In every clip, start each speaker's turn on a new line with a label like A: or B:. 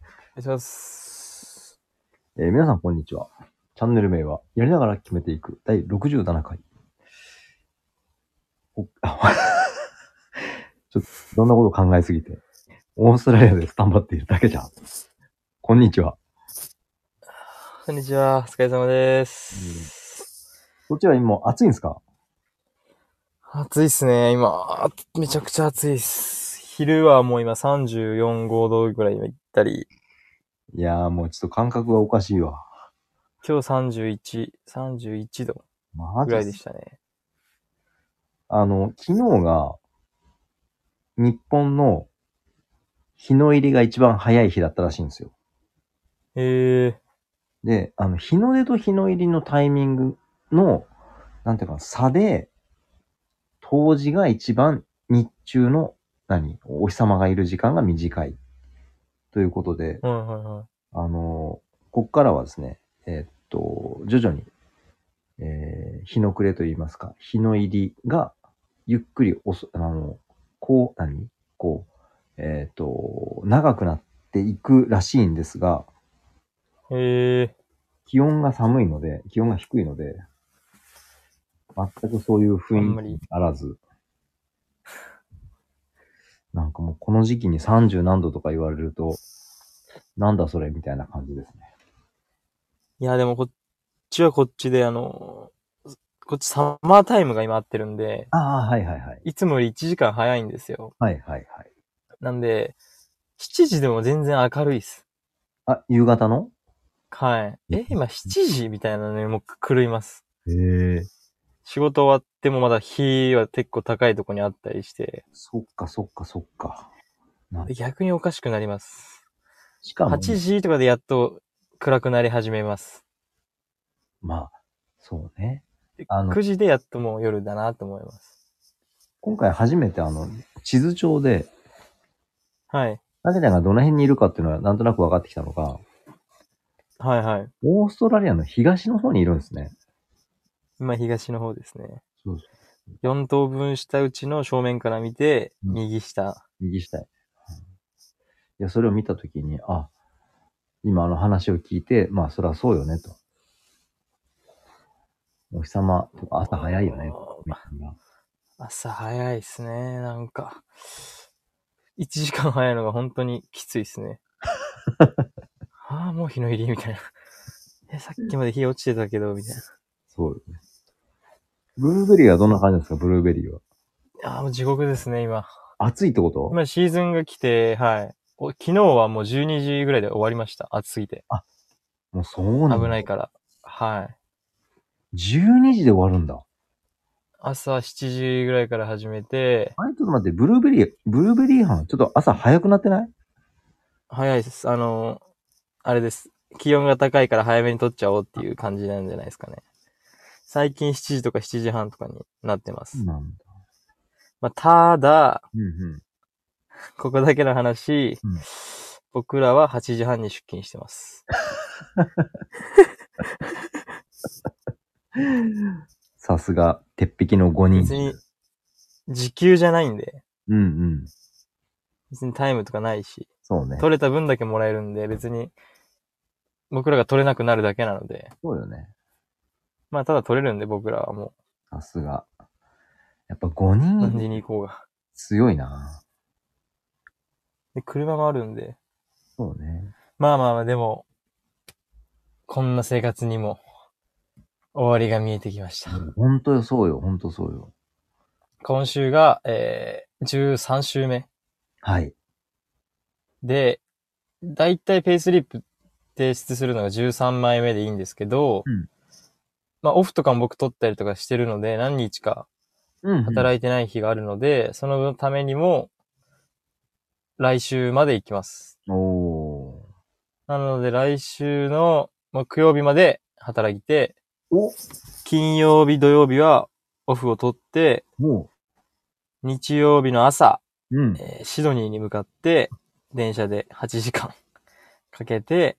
A: 願いします。
B: えー皆さん、こんにちは。チャンネル名は、やりながら決めていく第67回。おあ ちょっと、いろんなことを考えすぎて、オーストラリアでスタンバっているだけじゃん。こんにちは。
A: こんにちは。お疲れ様です。
B: そっちは今、暑いんですか
A: 暑いっすね、今。めちゃくちゃ暑いっす。昼はもう今34、5度ぐらい今行ったり、
B: いやー、もうちょっと感覚がおかしいわ。
A: 今日31、31度
B: マ
A: ぐ
B: ジ
A: ら
B: っ
A: いですしたね。
B: あの、昨日が、日本の日の入りが一番早い日だったらしいんですよ。
A: え
B: で、あの、日の出と日の入りのタイミングの、なんていうか、差で、冬至が一番日中の、何お日様がいる時間が短い。ということで、
A: ー、うんうんうん。
B: あのこっからはですね、えーっと、徐々に、えー日の暮れといいますか、日の入りが、ゆっくりおそ、あの、こう、何こう、えーっと、長くなっていくらしいんですが、
A: え
B: 気温が寒いので、気温が低いので、全くそういう雰
A: あんま
B: 囲気
A: り
B: にあらず、なんかもうこの時期に30何度とか言われると、なんだそれみたいな感じですね。
A: ー、いやでもこっちはこっちであの、こっちサマータイムが今合ってるんで、
B: ああ、はいはいはい。
A: いつもより1時間早いんですよ。
B: はいはいはい。
A: なんで、7時でも全然明るいっす。
B: あ、夕方の
A: はい。え、今7時みたいなね、もう狂います。
B: へえ。
A: 仕事終わってもまだ日は結構高いとこにあったりして、
B: そっかそっかそっか。なん
A: 逆におかしくなります。
B: しかも、
A: 8時とかでやっと暗くなり始めます。
B: まあ、そうね。
A: で
B: あの
A: 9時でやっともう夜だなと思います。
B: 今回初めてあの、地図上で、
A: はい。
B: なぜながどの辺にいるかっていうのはなんとなく分かってきたのが、
A: はいはい。
B: オーストラリアの東の方にいるんですね。
A: 今東の方ですね。
B: そうそう。
A: 4等分したうちの正面から見て、
B: うん
A: 右下。
B: 右下へ。いや、それを見たときに、あ、今あの話を聞いて、まあ、そりゃそうよね、と。お日様とか朝早いよね、みたいな。
A: 朝早いっすね。なんか、1時間早いのが本当にきついっすね。 ああ、もう日の入りみたいな。 え、さっきまで日落ちてたけど、みたいな。
B: そうよね。ブルーベリーはどんな感じですか、ブルーベリーは。
A: ああ、もう地獄ですね、今。
B: 暑いってこと
A: 今シーズンが来て、はい。お昨日はもう12時ぐらいで終わりました。暑すぎて。
B: もうそうなんだ
A: 危ないから。はい。
B: 12時で終わるんだ。
A: 朝7時ぐらいから始めて、
B: あれちょっと待って、ブルーベリー、ブルーベリー班、ちょっと朝早くなってない
A: 早いです。あの、あれです。気温が高いから早めに取っちゃおうっていう感じなんじゃないですかね。最近7時とか7時半とかになってます。
B: なんだ。
A: まあ、ただ、
B: うんうん。
A: ここだけの話、
B: うん
A: 僕らは8時半に出勤してます。
B: さすが、鉄壁の5人。
A: 別に、時給じゃないんで、
B: うんうん。
A: 別にタイムとかないし、
B: そうね。
A: 取れた分だけもらえるんで、別に、僕らが取れなくなるだけなので、
B: そうよね。
A: まあ、ただ取れるんで、僕らはも
B: さすが。やっぱ5
A: う、何時
B: 人
A: に行こうが。
B: 強いな。
A: で、車もあるんで、
B: そうね。
A: まあまあまあ、でも、こんな生活にも、終わりが見えてきました。
B: ほんとよ、そうよ、ほんとそうよ。
A: 今週が、えー、13週目。
B: はい。
A: で、だいたいペイスリップ提出するのが13枚目でいいんですけど、
B: うん
A: まあオフとかも僕取ったりとかしてるので、何日か
B: うん
A: 働いてない日があるので、そのためにも、来週まで行きます。
B: いお
A: なので来週の木曜日まで働いて、
B: ー。お
A: 金曜日土曜日はオフを取って、
B: も
A: 日曜日の朝、
B: う、うん。
A: えーシドニーに向かって、電車で8時間かけて、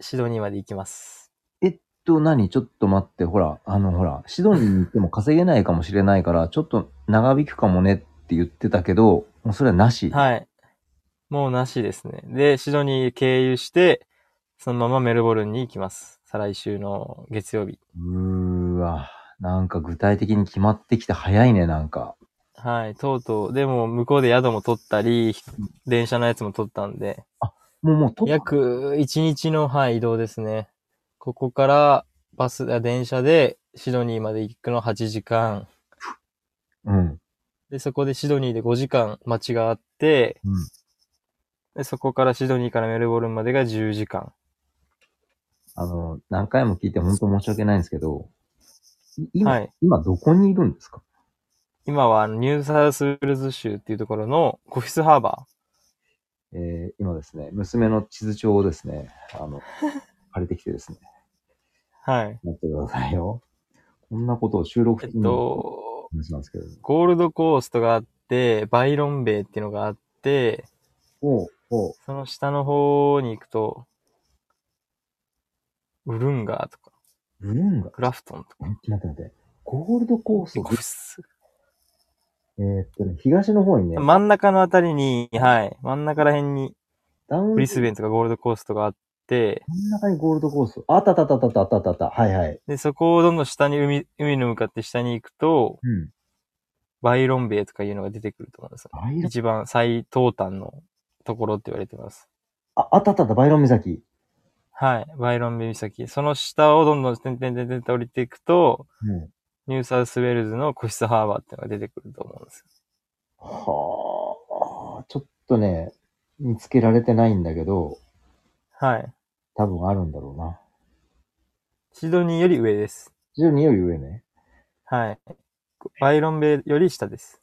A: シドニーまで行きます。
B: えっと、何ちょっと待って、ほら、あの、ほら、シドニーに行っても稼げないかもしれないから、ちょっと長引くかもねって言ってたけど、もうそれはなし。
A: はい。もうなしですね。で、シドニー経由して、そのままメルボルンに行きます。再来週の月曜日。
B: うーわ。なんか具体的に決まってきて早いね、なんか。
A: はい、とうとう。でも、向こうで宿も取ったり、電車のやつも取ったんで、
B: もうもうと
A: 約1日の、はい、移動ですね。ここから、バス、あ電車でシドニーまで行くの8時間。
B: うん。
A: で、そこでシドニーで5時間待ちがあって、
B: うん
A: で、そこからシドニーからメルボルンまでが10時間。
B: あの、何回も聞いて本当申し訳ないんですけど、い今、
A: はい
B: 今どこにいるんですか
A: 今はあのニューサウスウェールズ州っていうところのコフィスハーバ
B: えー今ですね、娘の地図帳をですね、あの、借りてきてですね、
A: ー。はい。
B: 持ってくださいよ。こんなことを収録
A: えっ
B: 中に
A: と、
B: 話なんですけど。
A: ゴールドコーストがあって、バイロンベイっていうのがあって、
B: おうおう
A: その下の方に行くと、ウルンガーとか、
B: ブルーンが、
A: クラフトンとか、
B: え待って待って、ゴールドコース
A: コ
B: ト
A: フィ、ス。
B: えーっとね、東の方にね、
A: 真ん中のあたりに、はい、真ん中ら辺に、
B: ダウン
A: ブリスベンとかゴールドコーストがあって、
B: 真ん中にゴールドコースト。ああったあったあったあったあったあったあった。はいはい。
A: で、そこをどんどん下に海、海の向かって下に行くと、
B: うん。
A: バイロンベイとかいうのが出てくると思うんですよ。
B: バイロン
A: 一番最東端のところって言われてます。
B: あ、あったあったあった、バイロン岬。
A: はい。バイロンベイ岬。その下をどんどん点々点々と降りていくと、
B: うん。
A: ニューサウスウェールズのコシスハーバーっていうのが出てくると思うんですよ。
B: はあ、ちょっとね、見つけられてないんだけど、
A: はい。
B: 多分あるんだろうな。
A: シドニーより上です。
B: 12より上ね。
A: はい。バイロンベイより下です。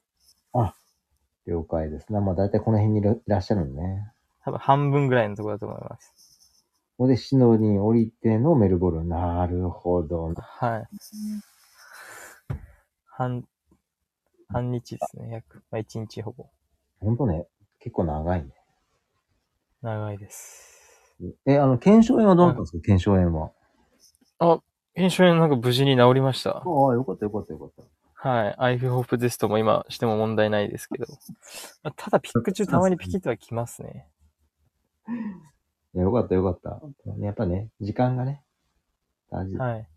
B: 了解ですね。まあ大体この辺にいらいらっしゃるのね。
A: 多分半分ぐらいのところだと思います。
B: ここでシノに降りてのメルボルン。なるほど。
A: はい。半、半日ですね。約。まあ、一日ほぼ。
B: ほんとね、結構長いね。
A: 長いです。
B: え、あの、検証炎はどうなったんですか検証炎は。
A: 炎症炎なんか無事に治りました。
B: ああ、よかったよかったよかった。
A: はい。アイフホープテストも今しても問題ないですけど。まあただピック中たまにピキッとはきますね。
B: いやよかったよかった。やっぱね、時間がね、大事。
A: はい。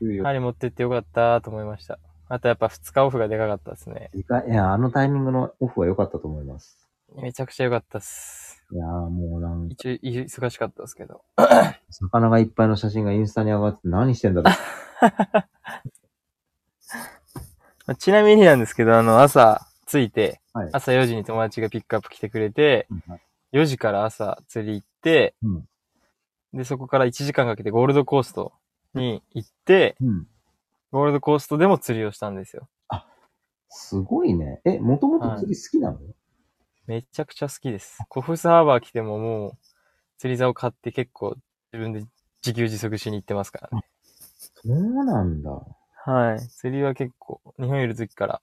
B: い、
A: 針持ってってよかったと思いました。あとやっぱ2日オフがでかかったですね。
B: 時間、いや、あのタイミングのオフは良かったと思います。
A: めちゃくちゃよかったっす。
B: いやーもうなんか、
A: 一応忙しかったですけど。
B: 魚がいっぱいの写真がインスタに上がってて何してんだろう。
A: まあちなみになんですけど、あの、朝着いて、
B: はい
A: 朝4時に友達がピックアップ来てくれて、4時から朝釣り行って、
B: うん
A: で、そこから1時間かけてゴールドコーストに行って、
B: うん。
A: ゴールドコーストでも釣りをしたんですよ。
B: すごいね。え、もともと釣り好きなの、
A: めちゃくちゃ好きです。コフスハーバー来てももう、釣り竿買って結構自分で自給自足しに行ってますからね。
B: そうなんだ。
A: はい。釣りは結構、日本いる時から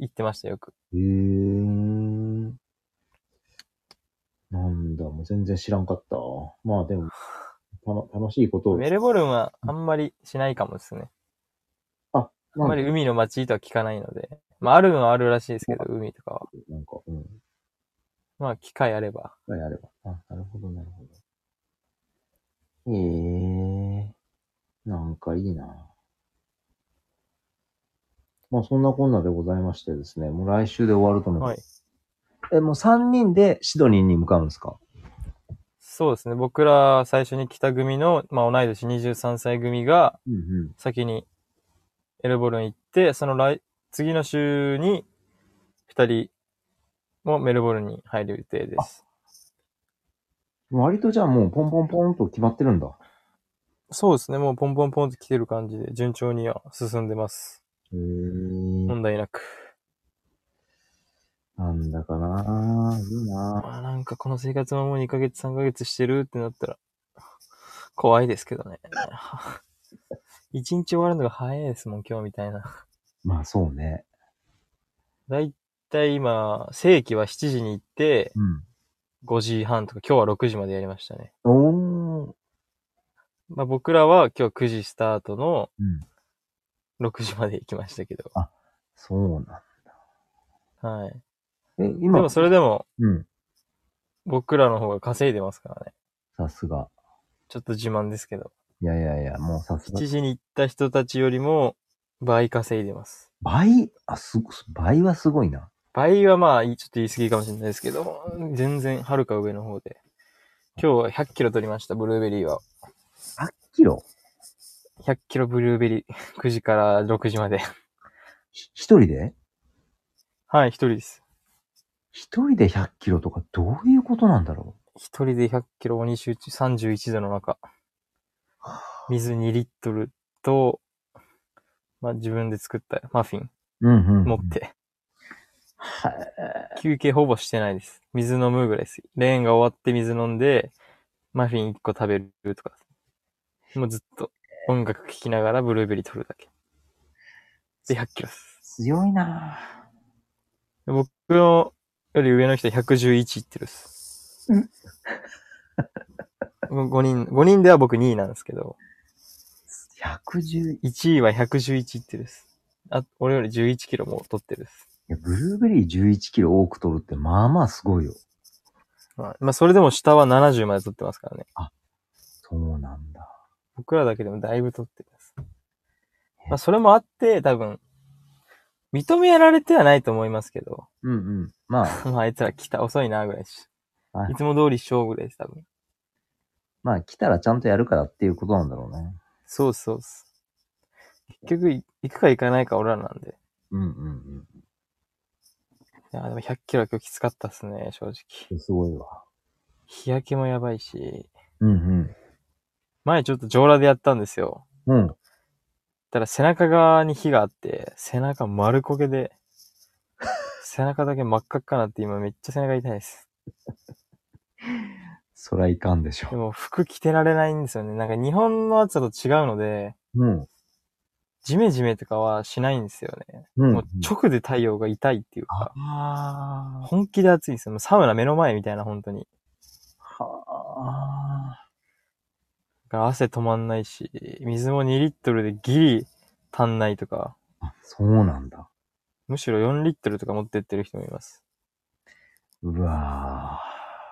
A: 行ってましたよく。
B: へえ。ー。なんだ、もう全然知らんかった。まあでも、たの楽しいことを。
A: メルボルンはあんまりしないかもですね。あんまり海の街とは聞かないので。まあ、あるのはあるらしいですけど、海とかは。
B: なんか、うん。
A: まあ、機会あれば。
B: はい、あれば。あ、なるほど、なるほど。へえー。なんかいいな。まあそんなこんなでございましてですね、もう来週で終わると思う。
A: はい。
B: え、もう3人でシドニーに向かうんですか
A: そうですね。僕ら最初に来た組の、まあ、同い年23歳組が
B: うんうん。
A: 先にエルボルン行って、その来、次の週に2人もメルボルンに入る予定です。
B: 割とじゃあもうポンポンポンと決まってるんだ。
A: そうですね。もうポンポンポンと来てる感じで、順調には進んでます。
B: へー
A: 問題なく。
B: なんだかなぁ。いいなぁ。
A: まあ、なんかこの生活ももう2ヶ月、3ヶ月してるってなったら、怖いですけどね。 一日終わるのが早いですもん、今日みたいな。
B: まあそうね。
A: だいたい今、正規は7時に行って、
B: うん。
A: 5時半とか、今日は6時までやりましたね。
B: おー。
A: まあ、僕らは今日9時スタートの
B: うん
A: 6時まで行きましたけど。
B: そうなんだ。
A: はい。
B: え、
A: で
B: 今、
A: もそれでも、
B: うん。
A: 僕らの方が稼いでますからね。
B: さすが。
A: ちょっと自慢ですけど。
B: いやいやいや、もうさすが
A: 7。時に行った人たちよりも倍稼いでます。
B: 倍、あ、すご、倍はすごいな。
A: 倍はまあ、いちょっと言い過ぎかもしれないですけど、全然はるか上の方で。今日は100キロ取りました、ブルーベリーは。
B: 8キロ
A: 100キロブルー ベリー。9時から6時まで。
B: ひ一人で
A: はい、一人です。
B: 一人で100キロとかどういうことなんだろ
A: 一人で100キロを2周中31度の中。水2リットルと、まあ自分で作ったマフィン
B: ううんうんうん。
A: 持って。
B: はい。
A: 休憩ほぼしてないです。水飲むぐらいです。レーンが終わって水飲んで、マフィン1個食べるとか。もうずっと音楽聴きながらブルーベリー取るだけ。で、100キロです。
B: 強いな
A: 僕のより上の人は111いってるっす。
B: うん
A: 5人、5人では僕2位なんですけど、
B: ぁ。110、い
A: 1位は111いってるっす。あ、俺より11キロも取ってるっす。
B: や、ブルーベリー11キロ多く取るって、まあまあすごいよ。
A: まあ、まあ、それでも下は70まで取ってますからね。
B: そうなんだ。
A: 僕らだけでもだいぶ取ってます。まあ、それもあって、多分、認められてはないと思いますけど、
B: うんうん。まあ、
A: まあ、あいつら来た、遅いな、ぐらいし
B: は。い
A: いつも通り勝負です、多分。
B: まあ来たらちゃんとやるからっていうことなんだろうね。
A: そうそうです。結局、い行くか行かないか俺らなんで。
B: うんうん
A: いや、でも100キロは今日きつかったっすね、正直。
B: うん。すごいわ。
A: 日焼けもやばいし。
B: うん
A: 前ちょっと上裸でやったんですよ。
B: うん。うん。
A: たら背中側に火があって、背中丸焦げで、背中だけ真っ赤っかなって今めっちゃ背中痛いです。
B: そりゃいかんでし
A: で
B: ょ。
A: も服着てられないんですよね。なんか日本の暑さと違うので、
B: うん。
A: ジメジメとかはしないんですよね。
B: うん。
A: もう直で太陽が痛いっていうか、
B: あ
A: 本気で暑いんですよ。もうサウナ目の前みたいな本当に。
B: あ。はあ。
A: だから汗止まんないし、水も2リットルでギリ足んないとか、
B: あ、そうなんだ。
A: むしろ4リットルとか持ってってる人もいます。
B: うわ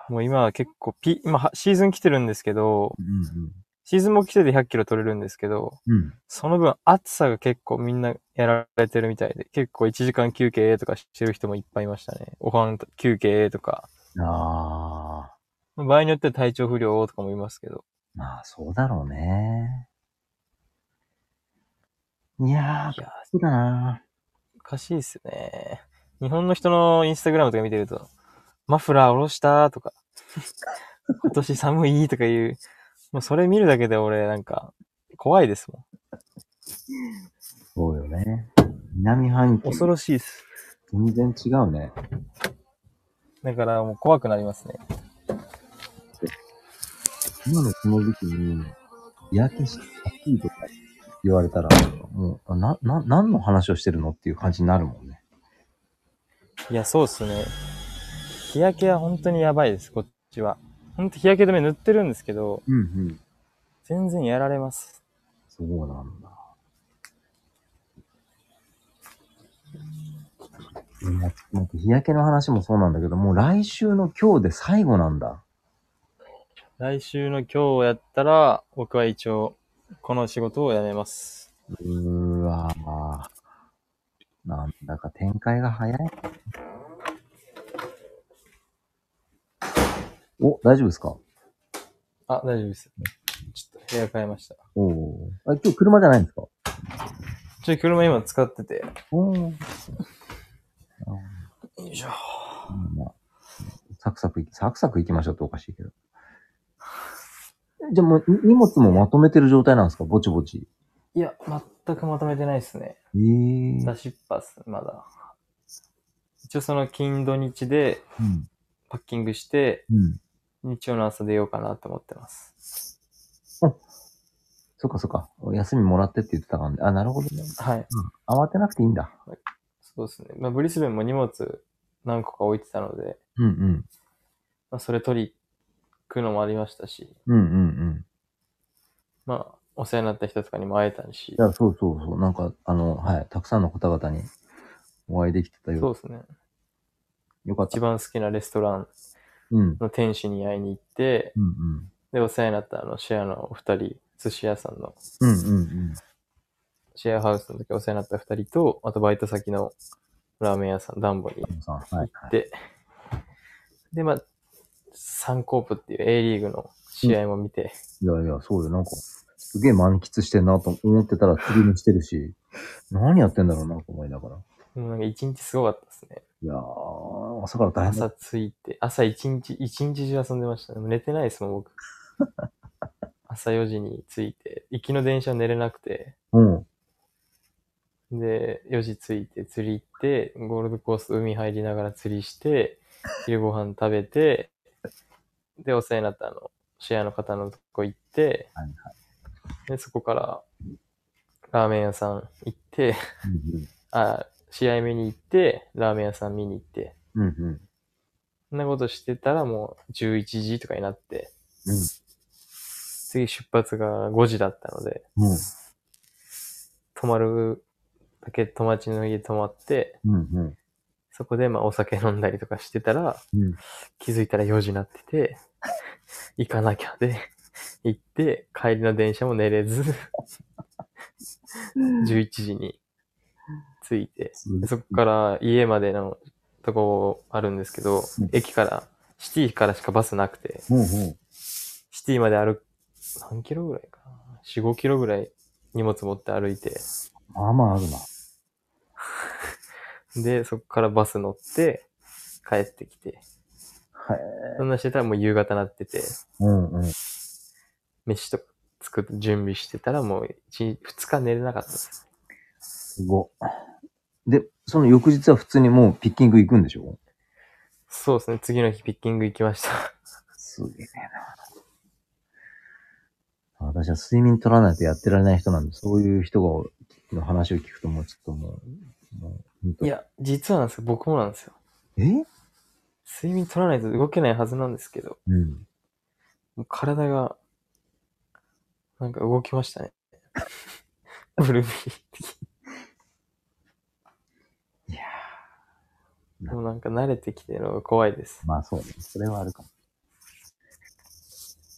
A: もう今は結構ピ、今はシーズン来てるんですけど、
B: ーうん
A: シーズンも来てて100キロ取れるんですけど、
B: うん。うん。
A: その分暑さが結構みんなやられてるみたいで、結構1時間休憩とかしてる人もいっぱいいましたね。お飯休憩とか、
B: ああ。
A: 場合によっては体調不良とかもいますけど、
B: まあ、そうだろうね。
A: い
B: いやー、
A: や
B: そうだな
A: おかしいっすね。日本の人のインスタグラムとか見てると、マフラー下ろしたとか、 今年寒いとかいう、もうそれ見るだけで俺なんか怖いですも
B: そうよね。南半
A: ん。
B: 球、
A: 恐ろしいです。
B: 全然違うね。
A: だからもう怖くなりますね。
B: 今のこの時期に、日焼けしいとか言われたら、もう、な、な、何の話をしてるのっていう感じになるもんね。
A: いや、そうっすね。日焼けは本当にやばいです、こっちは。ほんと日焼け止め塗ってるんですけど、
B: うんうん。
A: 全然やられます。
B: そうなんだ。うん待って待って日焼けの話もそうなんだけど、もう来週の今日で最後なんだ。
A: 来週の今日やったら、僕は一応、この仕事を辞めます。
B: うーわー。なんだか展開が早い。お、大丈夫ですか
A: あ、大丈夫です。ちょっと部屋変えました。
B: おお。あ、今日車じゃないんですか
A: ちょ、車今使ってて。
B: おー
A: よいしょ。
B: まあ、サクサクい、サクサク行きましょうっておかしいけど。じゃあもう、に荷物もまとめてる状態なんですかぼちぼち。
A: いや、全くまとめてないですね。
B: ええ
A: 出しっぱっす、まだ。一応その金土日で
B: うん。
A: パッキングして、
B: うん。
A: 日曜の朝出ようかなと思ってます。
B: そっかそっか。お休みもらってって言ってたからね。あ、なるほどね。
A: はい。
B: 慌てなくていいんだ。
A: そうですね。まあ、ブリスベンも荷物何個か置いてたので、
B: うんうん。
A: まあ、それ取り行くのもありましたし、
B: うんうんうん。
A: まあ、お世話になった人とかにも会えたし
B: い、や、そうそうそう。なんか、あの、はい。たくさんの方々にお会いできてた
A: そ
B: よ。
A: うですね。
B: よかっ
A: 一
B: た。
A: 番好きなレストラン
B: うん。
A: の店主に会いに行って、
B: うんうん。
A: で、お世話になったあの、シェアのお二人、寿司屋さんの、
B: うんうん
A: シェアハウスの時お世話になった二人と、あとバイト先のラーメン屋さん、ダンボに。
B: うん。さん、はいはい。
A: で、で、まあ、サンコープっていう A リーグの試合も見て、
B: いやいや、そうよ。なんか、すげえ満喫してんなと思ってたら、釣りにしてるし、何やってんだろうなと思いながら。
A: もうなんか一日すごかったですね。
B: いやー、朝から大変だ。
A: 朝着いて、朝一日、一日中遊んでましたね。もう寝てないですもん、 僕。朝4時に着いて、行きの電車寝れなくて、
B: うん。
A: で、4時着いて釣り行って、ゴールドコースト海入りながら釣りして、昼ご飯食べて、で、お世話になったあの、シェアの方のとこ行って、
B: はいはい
A: で、そこから、ラーメン屋さん行って、あ、試合見に行って、ラーメン屋さん見に行って、
B: うんうん。うん
A: そんなことしてたらもう11時とかになって、
B: うん。
A: 次出発が5時だったので、
B: うん。
A: 泊まるだけ友達の家泊まって、
B: うんうん。
A: そこでまあお酒飲んだりとかしてたら、
B: うん
A: 気づいたら4時になってて、行かなきゃで、行って、帰りの電車も寝れず、11時に着いて、でそこから家までのとこあるんですけど
B: うん、
A: 駅から、シティからしかバスなくて、
B: うんうん。
A: シティまで歩く、何キロぐらいかな ?4、5キロぐらい荷物持って歩いて、
B: まあまああるな。
A: で、そこからバス乗って、帰ってきて、
B: はい。
A: そんなしてたらもう夕方なってて、
B: うんうん。
A: 飯とか作って準備してたらもう1、2日寝れなかったです。
B: すごい。で、その翌日は普通にもうピッキング行くんでしょ
A: そうですね、次の日ピッキング行きました。
B: すげえな。私は睡眠取らないとやってられない人なんで、そういう人がの話を聞くともうちょっともう、もう
A: い、や、実はなんですよ、僕もなんですよ。
B: え
A: 睡眠取らないと動けないはずなんですけど、
B: うん。
A: もう体が、なんか動きました ね。ブルービ
B: いや
A: ー。もうなんか慣れてきてるのが怖いです。
B: まあそうね。それはあるかも。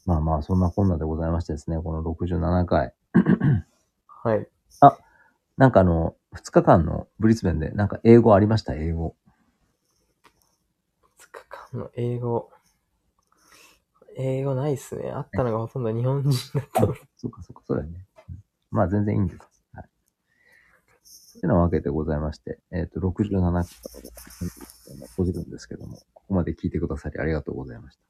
B: まあまあ、そんなこんなでございましてですね、この67回。
A: はい。
B: なんかあの、2日間のブリスベンで、なんか英語ありました、英語。
A: 2日間の英語。英語ないっすね。あったのがほとんど日本人 だったの。
B: そうか、そうか、そうだよね。うんまあ、全然いいんです。はい。ってなわけでございまして、えっ、と、67回の閉じるんですけども、ここまで聞いてくださりありがとうございました。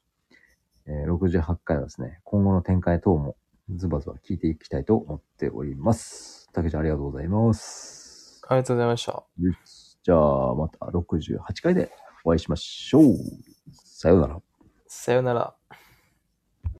B: えー68回はですね、今後の展開等もズバズバ聞いていきたいと思っております。たけちゃんありがとうございます。
A: ありがとうございました。
B: よしじゃあ、また68回でお会いしましょう。さようなら。
A: さよなら。